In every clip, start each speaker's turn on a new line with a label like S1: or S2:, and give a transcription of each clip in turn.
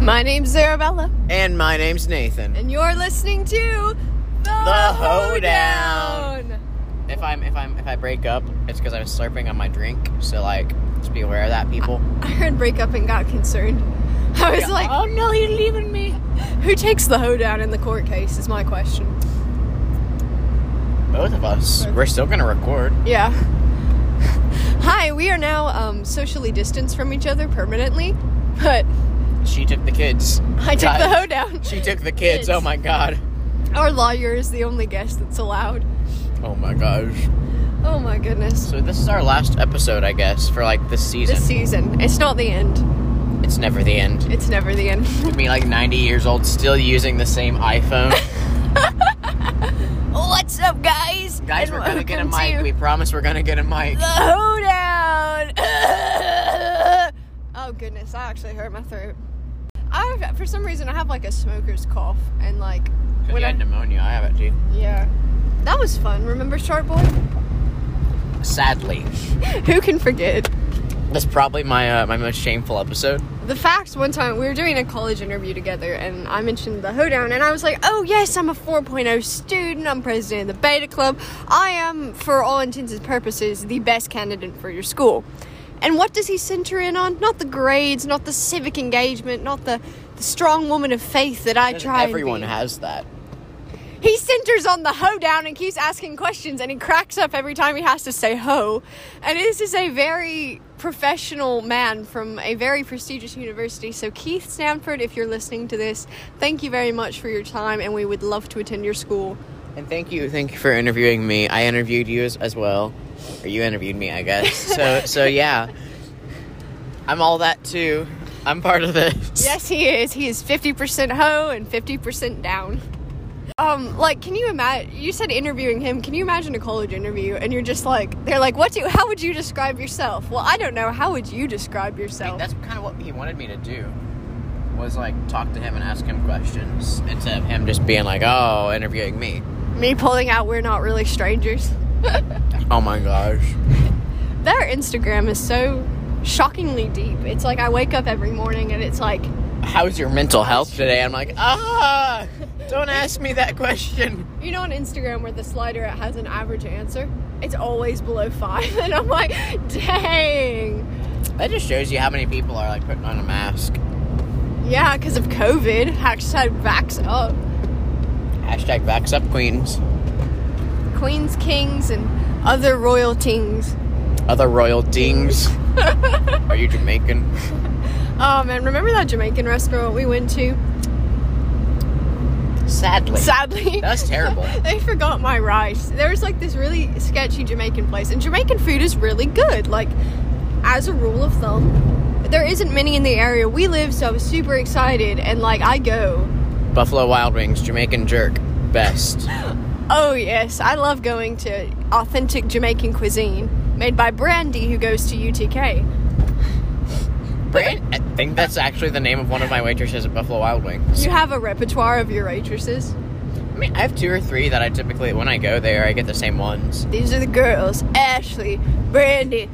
S1: My name's Zarabella,
S2: And my name's Nathan.
S1: and you're listening to The,
S2: Hoedown.
S1: Hoedown.
S2: If I'm if I'm if I break up, it's because I was slurping on my drink. So like, just be aware of that, people.
S1: I heard break up and got concerned. I was like,
S2: oh no, you're leaving me.
S1: who takes the hoedown in the court case is my question.
S2: Both of us. We're still gonna record.
S1: Yeah. Hi, we are now um, socially distanced from each other permanently, but
S2: She took the kids.
S1: I took the
S2: Guys,
S1: hoedown.
S2: She took the
S1: Kids.
S2: kids. Oh my god.
S1: Our lawyer is the only guest that's allowed.
S2: Oh my gosh.
S1: Oh my goodness.
S2: So this is our last episode, I guess, for like this season.
S1: This season. It's not the end.
S2: it's never the end.
S1: It's never the end.
S2: We'll be like 90 years old, still using the same iPhone.
S1: What's up, guys?
S2: Guys,
S1: And
S2: we're gonna get a
S1: welcome
S2: mic.
S1: to
S2: We promise we're gonna get a mic.
S1: The hoedown. oh goodness, I actually hurt my throat. I, for some reason, I have like a smoker's cough, and like
S2: We
S1: when
S2: had
S1: I,
S2: pneumonia. I have it too.
S1: yeah, that was fun. Remember Sharp Boy?
S2: Sadly,
S1: Who can forget?
S2: that's probably my uh, my most shameful episode.
S1: The facts. One time, we were doing a college interview together, and I mentioned the hoedown, and I was like, "Oh yes, I'm a 4.0 student. I'm president of the Beta Club. I am, for all intents and purposes, the best candidate for your school." And what does he center in on? Not the grades, not the civic engagement, not the, the strong woman of faith that I try. and
S2: Everyone
S1: be.
S2: has that.
S1: He centers on the hoedown and keeps asking questions, and he cracks up every time he has to say ho. And this is a very professional man from a very prestigious university. So, Keith Stanford, if you're listening to this, thank you very much for your time, and we would love to attend your school.
S2: And thank you, thank you for interviewing me. I interviewed you as, as well, or you interviewed me, I guess. So so yeah, I'm all that too. I'm part of this.
S1: Yes, he is. He is 50% ho and 50% down. Um, like, can you imagine? You said interviewing him. Can you imagine a college interview? And you're just like, they're like, what do? You, how would you describe yourself? Well, I don't know. How would you describe yourself?
S2: That's kind of what he wanted me to do. Was like talk to him and ask him questions instead of him just being like, oh, interviewing me.
S1: Me pulling out we're not really strangers.
S2: Oh my gosh.
S1: Their Instagram is so shockingly deep. It's like I wake up every morning and it's like,
S2: how's your mental health today? I'm like, ah, don't ask me that question.
S1: you know, on Instagram where the slider it has an average answer, it's always below five, and I'm like, dang.
S2: That just shows you how many people are like putting on a mask.
S1: Yeah, because of COVID. Hashtag backs up.
S2: Hashtag vax up queens.
S1: Queens, kings, and other royal tings.
S2: Other royal dings. are you Jamaican?
S1: Oh man, remember that Jamaican restaurant we went to?
S2: Sadly.
S1: Sadly.
S2: That's terrible.
S1: they forgot my rice. There was like this really sketchy Jamaican place, and Jamaican food is really good. Like, as a rule of thumb, there isn't many in the area we live, so I was super excited. And like, I go,
S2: Buffalo Wild Wings, Jamaican jerk. Best.
S1: oh yes, I love going to authentic Jamaican cuisine made by Brandy, who goes to UTK.
S2: Brand- I think that's actually the name of one of my waitresses at Buffalo Wild Wings.
S1: You have a repertoire of your waitresses.
S2: I mean, I have two or three that I typically, when I go there, I get the same ones.
S1: These are the girls Ashley, Brandy,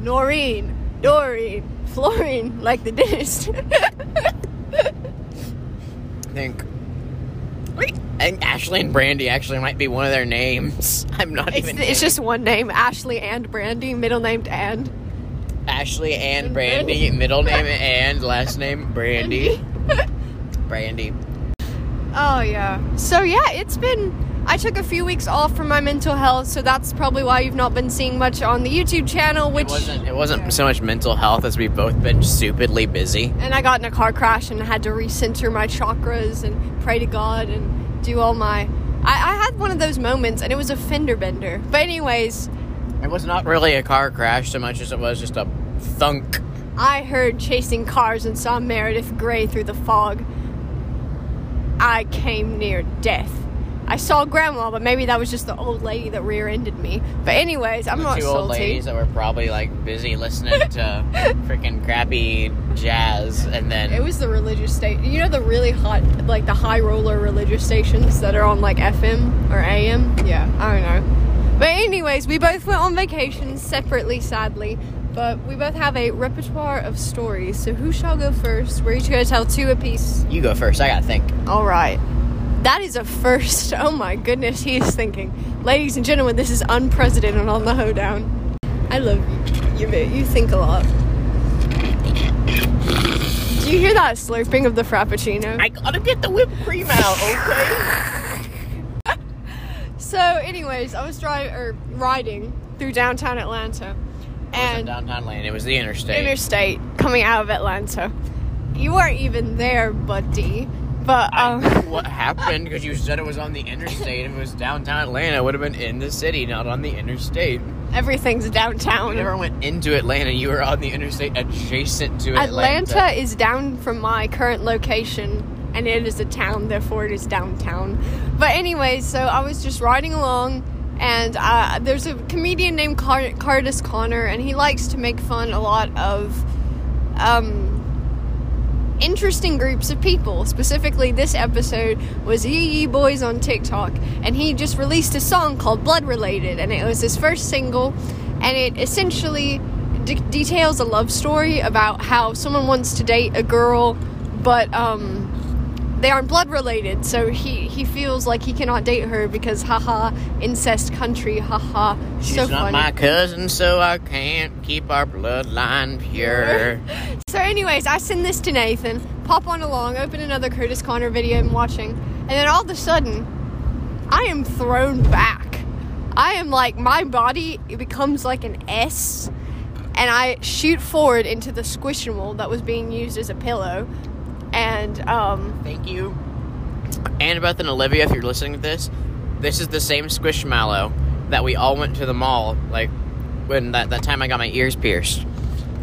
S1: Noreen, Doreen, Florine, like the dentist.
S2: I think. I think Ashley and Brandy actually might be one of their names. I'm not
S1: It's,
S2: even.
S1: it's
S2: kidding.
S1: just one name, Ashley and Brandy, middle named and.
S2: Ashley Ann
S1: And
S2: Brandy,
S1: Brandy.
S2: middle name and last name Brandy. Brandy.
S1: Oh yeah. So yeah, it's been. I took a few weeks off from my mental health, so that's probably why you've not been seeing much on the YouTube channel. Which
S2: It wasn't. It wasn't so much mental health as we've both been stupidly busy.
S1: And I got in a car crash and had to recenter my chakras and pray to God and do all my. I, I had one of those moments and it was a fender bender. But anyways,
S2: It was not really a car crash so much as it was just a thunk.
S1: I heard chasing cars and saw Meredith Grey through the fog. I came near death. I saw Grandma, but maybe that was just the old lady that rear-ended me. But anyways, I'm
S2: The
S1: not
S2: two
S1: salty.
S2: old ladies that were probably like busy listening to freaking crappy jazz, and then
S1: It was the religious state. You know the really hot, like the high roller religious stations that are on like FM or AM. Yeah, I don't know. But anyways, we both went on vacations separately, sadly. But we both have a repertoire of stories. So who shall go first? We're each going to tell two apiece.
S2: You go first. I gotta think.
S1: All right. That is a first. Oh my goodness, he is thinking. Ladies and gentlemen, this is unprecedented on the hoedown. I love you. You, you think a lot. Do you hear that slurping of the frappuccino?
S2: I gotta get the whipped cream out, okay?
S1: So, anyways, I was driving or riding through downtown Atlanta,
S2: Wasn't
S1: and
S2: downtown lane. It was the interstate.
S1: interstate coming out of Atlanta. You weren't even there, buddy. But um,
S2: what happened? Because you said it was on the interstate. If it was downtown Atlanta, it would have been in the city, not on the interstate.
S1: everything's downtown.
S2: We never went into Atlanta. You were on the interstate adjacent to Atlanta.
S1: Atlanta. is down from my current location, and it is a town, therefore it is downtown. But anyway, so I was just riding along, and uh, there's a comedian named Car- Curtis Connor, and he likes to make fun a lot of um, interesting groups of people. Specifically, this episode was Yee Yee Boys on TikTok, and he just released a song called Blood Related, and it was his first single, and it essentially de- details a love story about how someone wants to date a girl, but um, they aren't blood related, so he, he feels like he cannot date her because haha incest country haha
S2: She's
S1: so
S2: not
S1: funny.
S2: my cousin, so I can't keep our bloodline pure.
S1: So, anyways, I send this to Nathan. Pop on along, open another Curtis Connor video I'm watching, and then all of a sudden, I am thrown back. I am like my body it becomes like an S, and I shoot forward into the squishable that was being used as a pillow, and um,
S2: Thank you. Annabeth and Olivia, if you're listening to this, this is the same squishmallow that we all went to the mall, like when that, that time I got my ears pierced.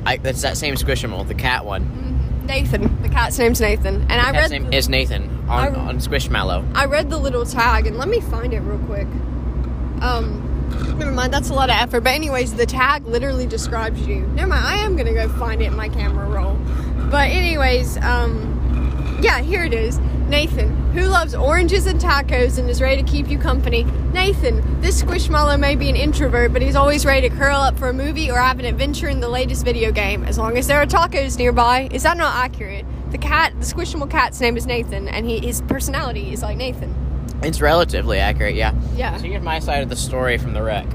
S2: I, that's that same squishmallow, the cat one.
S1: Nathan, the cat's name's Nathan, and I
S2: The cat's
S1: read
S2: name
S1: the,
S2: is Nathan on,
S1: I-
S2: on Squishmallow.
S1: I read the little tag, and let me find it real quick. Um. Never mind, that's a lot of effort. But anyways, the tag literally describes you. Never mind, I am gonna go find it in my camera roll. But anyways, um, yeah, here it is. Nathan, who loves oranges and tacos and is ready to keep you company. Nathan, this squishmallow may be an introvert, but he's always ready to curl up for a movie or have an adventure in the latest video game, as long as there are tacos nearby. Is that not accurate? The cat, the squishmallow cat's name is Nathan, and he his personality is like Nathan.
S2: It's relatively accurate, yeah.
S1: Yeah.
S2: So here's my side of the story from the wreck.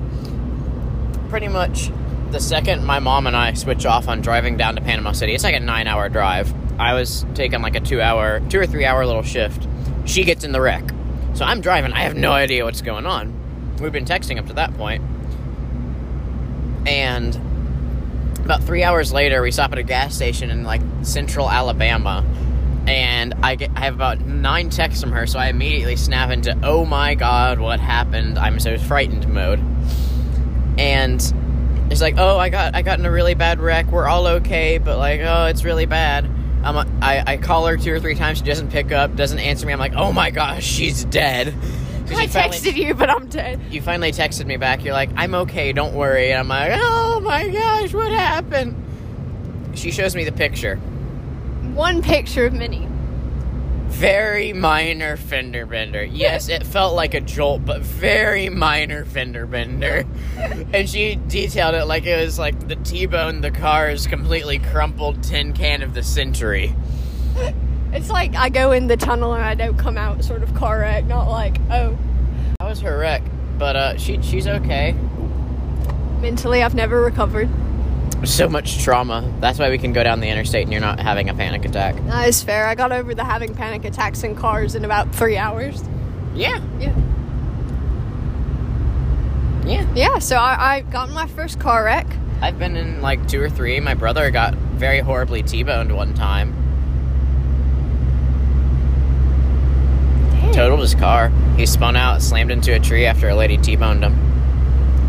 S2: Pretty much the second my mom and I switch off on driving down to Panama City, it's like a nine hour drive. I was taking like a two hour, two or three hour little shift. She gets in the wreck. So I'm driving, I have no idea what's going on. We've been texting up to that point. And about three hours later, we stop at a gas station in like central Alabama, and I get I have about nine texts from her, so I immediately snap into "Oh my God, what happened? I'm so frightened" mode, and it's like, "Oh, I got I got in a really bad wreck. We're all okay, but like, oh, it's really bad." I'm a, I, I call her two or three times. She doesn't pick up, doesn't answer me. I'm like, "Oh my gosh, she's dead." So
S1: I
S2: she finally-
S1: texted you, but I'm dead.
S2: you finally texted me back. You're like, I'm okay, don't worry. And I'm like, oh my gosh, what happened? She shows me the picture.
S1: One picture of many.
S2: Very minor fender bender. Yes, it felt like a jolt, but very minor fender bender. and she detailed it like it was like the T bone, the car's completely crumpled tin can of the century.
S1: It's like I go in the tunnel and I don't come out sort of car wreck, not like, oh,
S2: That was her wreck, but uh, she, she's okay.
S1: mentally I've never recovered.
S2: So much trauma. That's why we can go down the interstate and you're not having a panic attack.
S1: That is fair. I got over the having panic attacks in cars in about three hours.
S2: Yeah,
S1: Yeah.
S2: yeah.
S1: Yeah, so I, I got in my first car wreck.
S2: I've been in like two or three. My brother got very horribly T-boned one time.
S1: Hmm.
S2: Totaled his car. He spun out, slammed into a tree after a lady T-boned him.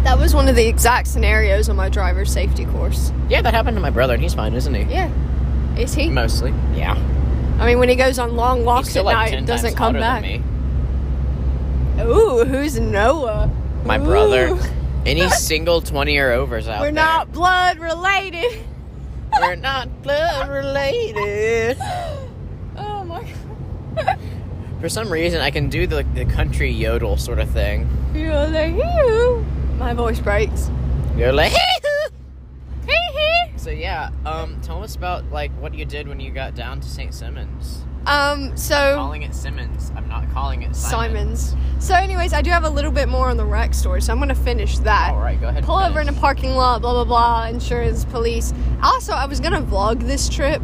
S1: That was one of the exact scenarios on my driver's safety course.
S2: Yeah, that happened to my brother, and he's fine, isn't he?
S1: Yeah. Is he?
S2: Mostly. Yeah.
S1: I mean, when he goes on long
S2: He's
S1: walks
S2: still
S1: at
S2: like
S1: night,
S2: ten
S1: doesn't
S2: times
S1: come
S2: hotter
S1: back.
S2: than me.
S1: Ooh, who's Noah?
S2: My
S1: Ooh.
S2: brother. Any single twenty or overs out
S1: We're
S2: there.
S1: not blood related.
S2: We're not blood related.
S1: Oh my god.
S2: For some reason, I can do the the country yodel sort of thing.
S1: You're like, "Hee-hoo." My voice breaks.
S2: You're like.
S1: Hee-hoo.
S2: So yeah, um, tell us about like what you did when you got down to St. Simmons.
S1: Um, so
S2: Calling it Simmons. I'm not calling it Simon.
S1: Simons. So, anyways, I do have a little bit more on the rec story, so I'm gonna finish that.
S2: All right, go ahead. and
S1: Pull over in a
S2: finish.
S1: parking lot, blah blah blah. Insurance, police. Also, I was gonna vlog this trip,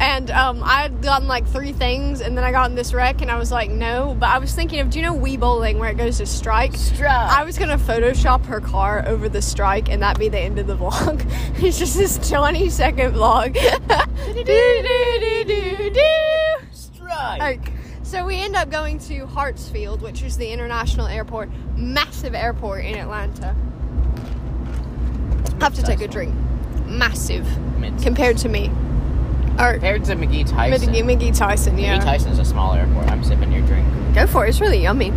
S1: and um, I had gotten like three things, and then I got in this wreck, and I was like, no. But I was thinking of, do you know Wee Bowling, where it goes to strike? I was gonna Photoshop her car over the strike, and that be the end of the vlog. it's just this 20 second vlog. do, do, do, do, do.
S2: Strike.
S1: Like, so we end up going to Hartsfield, which is the international airport, massive airport in Atlanta. I have to take a drink. Massive
S2: Mint.
S1: compared to me. Or
S2: Compared to McGee Tyson.
S1: Mickey, Mickey Tyson, yeah.
S2: McGee Tyson's a small airport. I'm sipping your drink.
S1: Go for it. It's really yummy.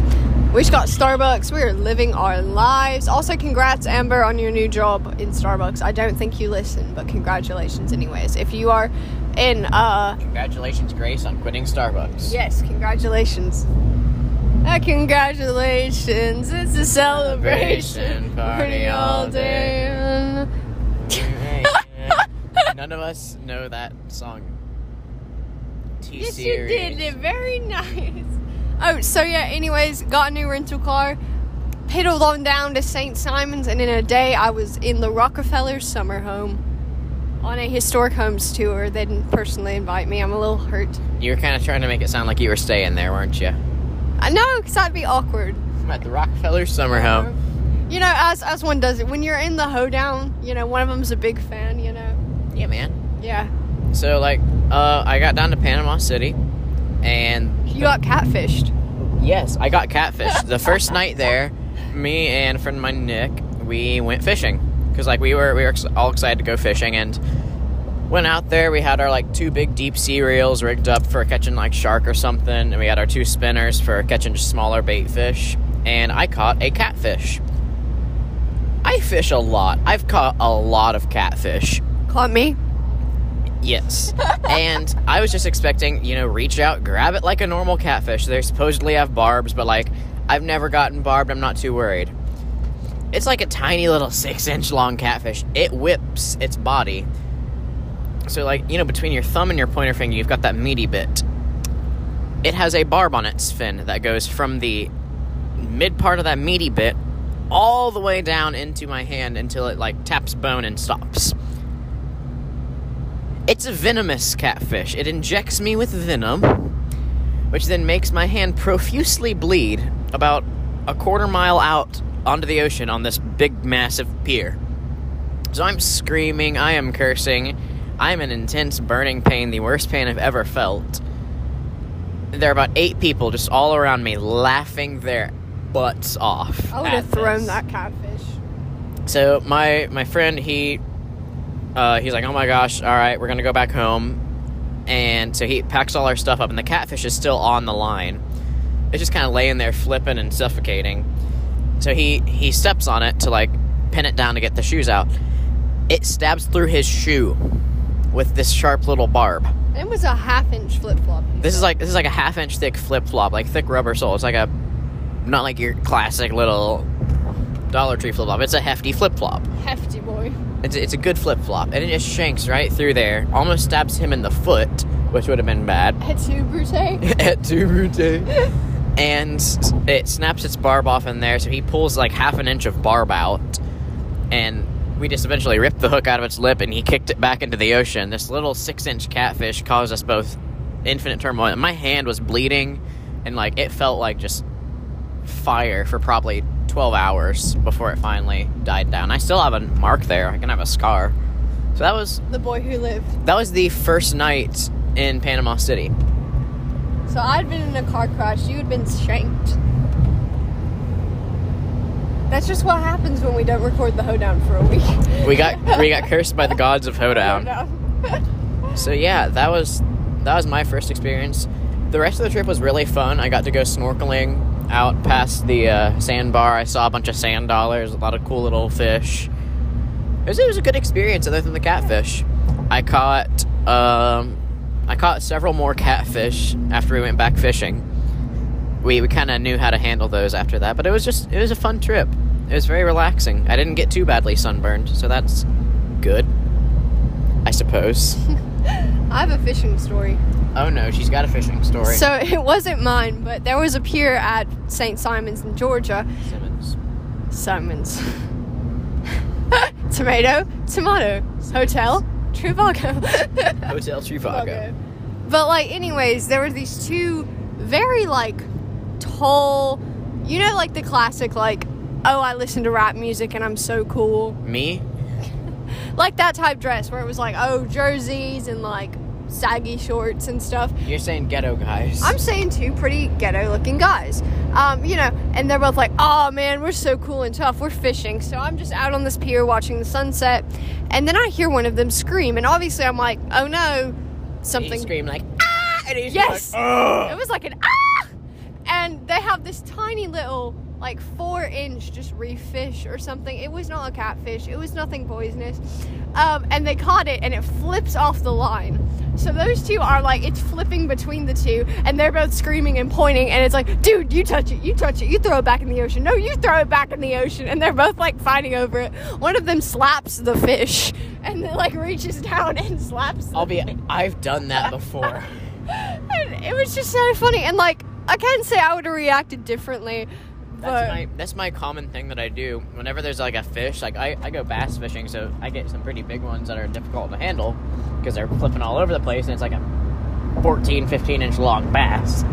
S1: We just got Starbucks. We are living our lives. Also, congrats, Amber, on your new job in Starbucks. I don't think you listen, but congratulations, anyways. If you are in, uh,
S2: Congratulations, Grace, on quitting Starbucks.
S1: yes, congratulations. Uh, congratulations. It's a celebration.
S2: Celebration party all day. None of us know that song. T
S1: Yes, you
S2: series.
S1: did it. Very nice. Oh, so yeah, anyways, got a new rental car, pedaled on down to St. Simon's, and in a day I was in the Rockefeller summer home on a historic homes tour. They didn't personally invite me. I'm a little hurt.
S2: You were kind of trying to make it sound like you were staying there, weren't you?
S1: I know, because that'd be awkward.
S2: I'm at the Rockefeller Summer Home.
S1: You know, as, as one does it, when you're in the hoedown, you know, one of them's a big fan, you know?
S2: Yeah, man.
S1: Yeah.
S2: So, like, uh, I got down to Panama City, and
S1: You got catfished.
S2: yes, I got catfished. the first night there, me and a friend of mine, Nick, we went fishing because, like, we were we were ex- all excited to go fishing and went out there. We had our like two big deep sea reels rigged up for catching like shark or something, and we had our two spinners for catching just smaller bait fish. And I caught a catfish. I fish a lot. I've caught a lot of catfish.
S1: Caught me.
S2: Yes. and I was just expecting, you know, reach out, grab it like a normal catfish. They supposedly have barbs, but like, I've never gotten barbed. I'm not too worried. It's like a tiny little six inch long catfish. It whips its body. So, like, you know, between your thumb and your pointer finger, you've got that meaty bit. It has a barb on its fin that goes from the mid part of that meaty bit all the way down into my hand until it, like, taps bone and stops. It's a venomous catfish. It injects me with venom, which then makes my hand profusely bleed about a quarter mile out onto the ocean on this big, massive pier. So I'm screaming, I am cursing, I'm in intense burning pain, the worst pain I've ever felt. There are about eight people just all around me laughing their butts off.
S1: I would
S2: at
S1: have thrown
S2: this.
S1: that catfish.
S2: So my my friend he uh, he's like, oh my gosh, all right, we're gonna go back home, and so he packs all our stuff up, and the catfish is still on the line. It's just kind of laying there, flipping and suffocating. So he he steps on it to like pin it down to get the shoes out. It stabs through his shoe with this sharp little barb.
S1: It was a half inch flip flop.
S2: This is like this is like a half inch thick flip flop, like thick rubber sole. It's like a not like your classic little Dollar Tree flip flop. It's a hefty flip flop.
S1: hefty boy.
S2: It's, it's a good flip flop, and it just shanks right through there. Almost stabs him in the foot, which would have been bad.
S1: It's you, Brute.
S2: At two routine. and s- it snaps its barb off in there, so he pulls like half an inch of barb out, and we just eventually ripped the hook out of its lip, and he kicked it back into the ocean. This little six-inch catfish caused us both infinite turmoil. My hand was bleeding, and like it felt like just fire for probably 12 hours before it finally died down. I still have a mark there. I can have a scar. So that was
S1: the boy who lived.
S2: that was the first night in Panama City.
S1: So I'd been in a car crash. You had been shanked. That's just what happens when we don't record the hoedown for a week.
S2: We got we got cursed by the gods of Hoedown. So yeah, that was that was my first experience. The rest of the trip was really fun. I got to go snorkeling out past the uh, sandbar. I saw a bunch of sand dollars, a lot of cool little fish. It was, it was a good experience, other than the catfish. I caught um, I caught several more catfish after we went back fishing. We we kind of knew how to handle those after that, but it was just it was a fun trip. It was very relaxing. I didn't get too badly sunburned, so that's good. I suppose.
S1: I have a fishing story.
S2: oh no, she's got a fishing story.
S1: So it wasn't mine, but there was a pier at St. Simon's in Georgia.
S2: Simmons.
S1: Simon's. Tomato, tomato, hotel, Trivago.
S2: Hotel Trivago.
S1: But like, anyways, there were these two very like tall, you know, like the classic like, oh, I listen to rap music and I'm so cool,
S2: Me?
S1: like that type dress where it was like, oh, jerseys and like saggy shorts and stuff.
S2: You're saying ghetto guys.
S1: I'm saying two pretty ghetto looking guys. Um, you know, and they're both like, oh man, we're so cool and tough. We're fishing. So I'm just out on this pier watching the sunset. And then I hear one of them scream. And obviously I'm like, oh no,
S2: And you
S1: something.
S2: scream like ah and he's
S1: Yes!
S2: just like, "Ugh."
S1: It was like an ah! And they have this tiny little, like four inch, just reef fish or something. It was not a catfish, it was nothing poisonous. Um, and they caught it and it flips off the line. So those two are like, it's flipping between the two, and they're both screaming and pointing. And it's like, dude, you touch it, you touch it, you throw it back in the ocean. No, you throw it back in the ocean. And they're both like fighting over it. One of them slaps the fish and then like reaches down and slaps the
S2: I'll be I've done that before.
S1: and it was just so funny. And like, I can't say I would have reacted differently,
S2: That's
S1: but
S2: my that's my common thing that I do. Whenever there's like a fish, like I, I go bass fishing, so I get some pretty big ones that are difficult to handle because they're flipping all over the place and it's like a 14, 15 inch long bass.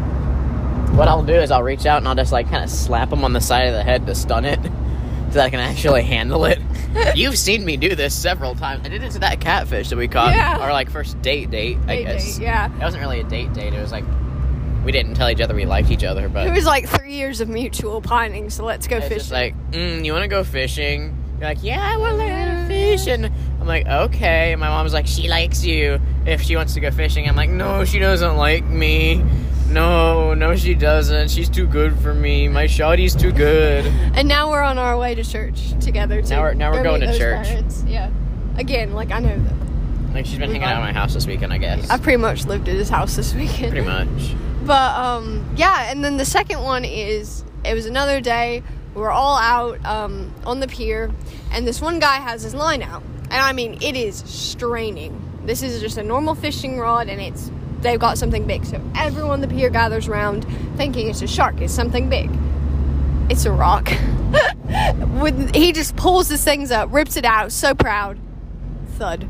S2: What I'll do is I'll reach out and I'll just like kind of slap them on the side of the head to stun it so that I can actually handle it. You've seen me do this several times. I did it to that catfish that we caught
S1: Yeah.
S2: our like first date date, I
S1: Date
S2: guess.
S1: date, yeah.
S2: It wasn't really a date date. It was like we didn't tell each other we liked each other, but
S1: it was like three years of mutual pining. So let's go
S2: it's
S1: fishing.
S2: just like, mm, you want to go fishing? You're like, yeah, I want to learn to fish. And I'm like, okay. And my mom's like, she likes you if she wants to go fishing. I'm like, no, she doesn't like me. No, no, she doesn't. She's too good for me. My shawty's too good.
S1: and now we're on our way to church together. To
S2: Now we're- now we're
S1: go
S2: going
S1: meet
S2: to
S1: those
S2: church.
S1: parents. Yeah. Again, like I know that
S2: Like, she's been hanging out at my house this weekend, I guess.
S1: I pretty much lived at his house this weekend.
S2: Pretty much.
S1: But um, yeah, and then the second one is it was another day. We were all out um, on the pier, and this one guy has his line out, and I mean it is straining. This is just a normal fishing rod, and it's they've got something big. So everyone on the pier gathers round, thinking it's a shark. It's something big. It's a rock. With, he just pulls these things up, rips it out, so proud. Thud.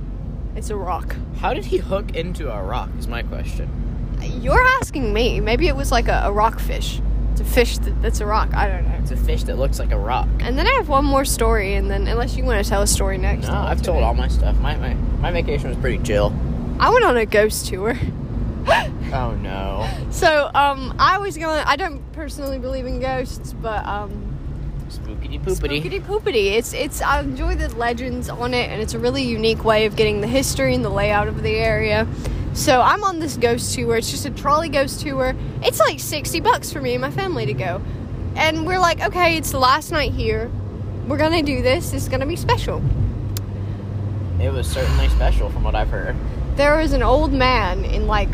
S1: It's a rock.
S2: How did he hook into a rock? Is my question.
S1: You're asking me. Maybe it was like a, a rock fish. It's a fish that, that's a rock. I don't know.
S2: It's a fish that looks like a rock.
S1: And then I have one more story, and then unless you want to tell a story next.
S2: No, I've told all my stuff. My my, my vacation was pretty chill.
S1: I went on a ghost tour.
S2: Oh no.
S1: So um, I was going. I don't personally believe in ghosts, but um,
S2: Spookity poopity.
S1: spookity poopity. It's it's. I enjoy the legends on it, and it's a really unique way of getting the history and the layout of the area. So I'm on this ghost tour. It's just a trolley ghost tour. It's like sixty bucks for me and my family to go, and we're like, okay, it's the last night here. We're gonna do this. It's gonna be special.
S2: It was certainly special from what I've heard.
S1: there was an old man in like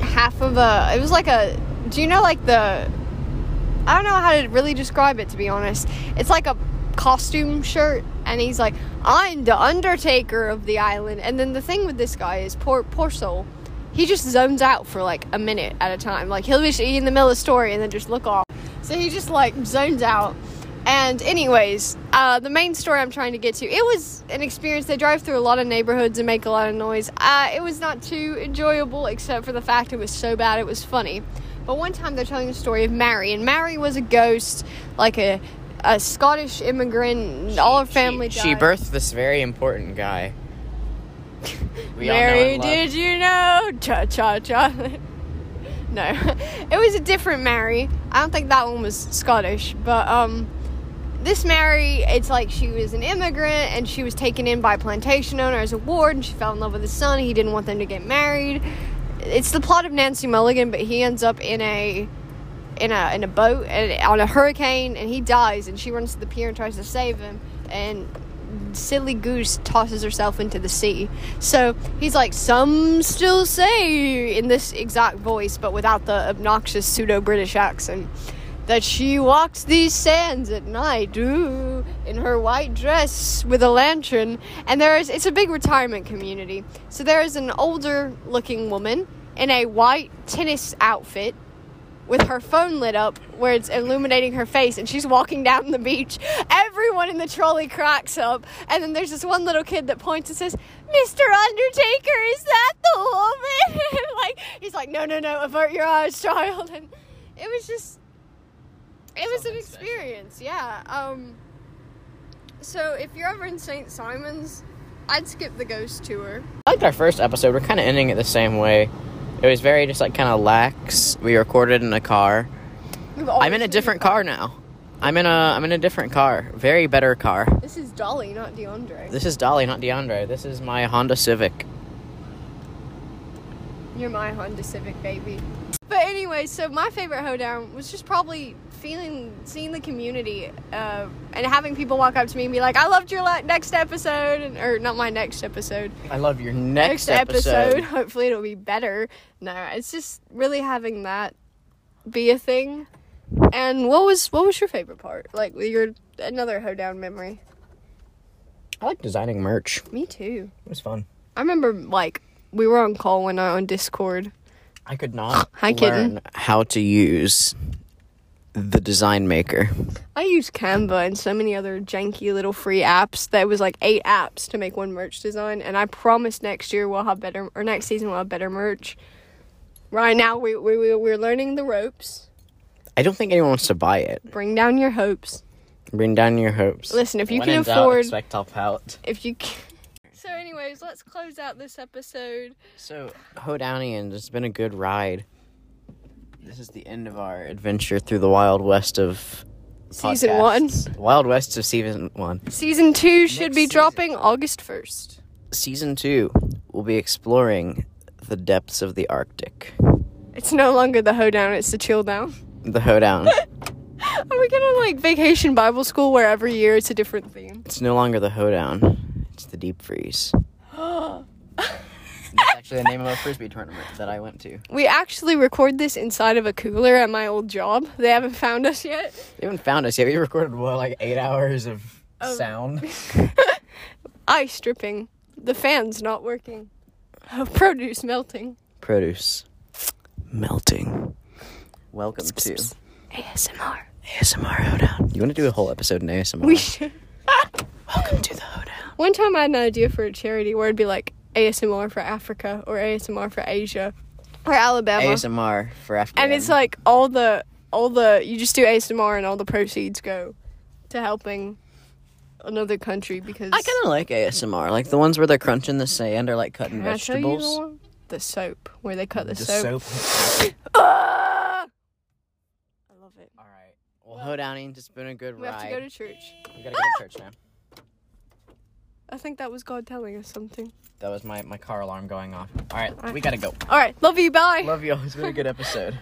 S1: half of a it was like a do you know like the I don't know how to really describe it to be honest. It's like a costume shirt and he's like I'm the undertaker of the island and then the thing with this guy is poor poor soul. He just zones out for like a minute at a time. Like he'll just be in the middle of the story and then just look off. So he just like zones out. And anyways, uh, the main story I'm trying to get to, it was an experience. They drive through a lot of neighborhoods and make a lot of noise. Uh, it was not too enjoyable, except for the fact it was so bad it was funny. But one time they're telling the story of Mary, and Mary was a ghost, like a, a Scottish immigrant. all her family
S2: She,
S1: died.
S2: she birthed this very important guy. We all know
S1: Mary,
S2: and love.
S1: did you know? Cha cha cha. no, it was a different Mary. I don't think that one was Scottish, but um, this Mary, it's like she was an immigrant and she was taken in by a plantation owner as a ward, and she fell in love with his son. He didn't want them to get married. It's the plot of Nancy Mulligan, but he ends up in a in a in a boat and on a hurricane, and he dies. And she runs to the pier and tries to save him, and silly goose tosses herself into the sea. So he's like, "Some still say," in this exact voice, but without the obnoxious pseudo British accent, that she walks these sands at night. Ooh. in her white dress with a lantern, and there is it's a big retirement community. So there is an older looking woman in a white tennis outfit with her phone lit up where it's illuminating her face and she's walking down the beach. Everyone in the trolley cracks up and then there's this one little kid that points and says, Mr. Undertaker, is that the woman? And, like he's like, No no no, avert your eyes, child and it was just it was an
S2: Something special.
S1: experience, yeah. Um so if you're ever in St. Simon's, I'd skip the ghost tour.
S2: I liked our first episode. We're kind of ending it the same way. It was very just like kind of lax. We recorded in a car.
S1: We've
S2: I'm
S1: always
S2: in a
S1: been-
S2: different car now. I'm in a I'm in a different car. Very better car.
S1: This is Dolly, not DeAndre.
S2: This is Dolly, not DeAndre. This is my Honda Civic.
S1: You're my Honda Civic, baby. But anyway, so my favorite hoedown was just probably feeling, seeing the community, uh, and having people walk up to me and be like, "I loved your la- next episode," and or not my next episode,
S2: I love your next, episode.
S1: Hopefully, it'll be better. No, it's just really having that be a thing. And what was what was your favorite part? Like your another hoedown memory?
S2: I like designing merch.
S1: Me too.
S2: It was fun.
S1: I remember like we were on call one night on Discord.
S2: I could not
S1: Hi, kitten.
S2: learn how to use the design maker.
S1: I used Canva and so many other janky little free apps that it was like eight apps to make one merch design. And I promise next year we'll have better, or next season we'll have better merch. Right now we, we, we, we're learning the ropes.
S2: I don't think anyone wants to buy it.
S1: Bring down your hopes.
S2: Bring down your hopes.
S1: Listen, if you
S2: When
S1: can
S2: in doubt,
S1: afford,
S2: expect help out.
S1: if you can. So, anyways, let's close out this episode.
S2: So, Hodownians, it's been a good ride. This is the end of our adventure through the Wild West of
S1: Season
S2: podcasts. Wild West of season one.
S1: Season two should
S2: Next
S1: be
S2: season.
S1: dropping August 1st.
S2: Season two, we'll be exploring the depths of the Arctic.
S1: It's no longer the hoedown, it's the chill down.
S2: The Hoedown.
S1: Are we gonna like vacation Bible school where every year it's a different theme?
S2: it's no longer the Hoedown. It's the Deep Freeze. That's actually the name of a frisbee tournament that I went to.
S1: We actually record this inside of a cooler at my old job. They haven't found us yet.
S2: They haven't found us yet. We recorded what, like eight hours of sound.
S1: Ice stripping. The fan's not working. Oh, produce melting.
S2: Produce melting. Welcome to
S1: ASMR.
S2: ASMR Hoedown. You want to do a whole episode in ASMR?
S1: We should.
S2: Welcome to the Hoedown.
S1: One time I had an idea for a charity where it'd be like ASMR for Africa or ASMR for Asia or Alabama.
S2: ASMR for Afghan.
S1: and it's like all the all the you just do ASMR and all the proceeds go to helping another country because
S2: I kind of like ASMR, like the ones where they're crunching the sand or like cutting
S1: Can I show you the
S2: vegetables.
S1: one? The soap Ah! where they cut the, I love it.
S2: All right. Well, Hoedownings, it's been a good
S1: We
S2: ride.
S1: have to go to church.
S2: we gotta go to church now.
S1: I think that was God telling us something.
S2: That was my, my car alarm going off. All right, we gotta go.
S1: All right, love you. Bye.
S2: Love you all. It's been a good episode.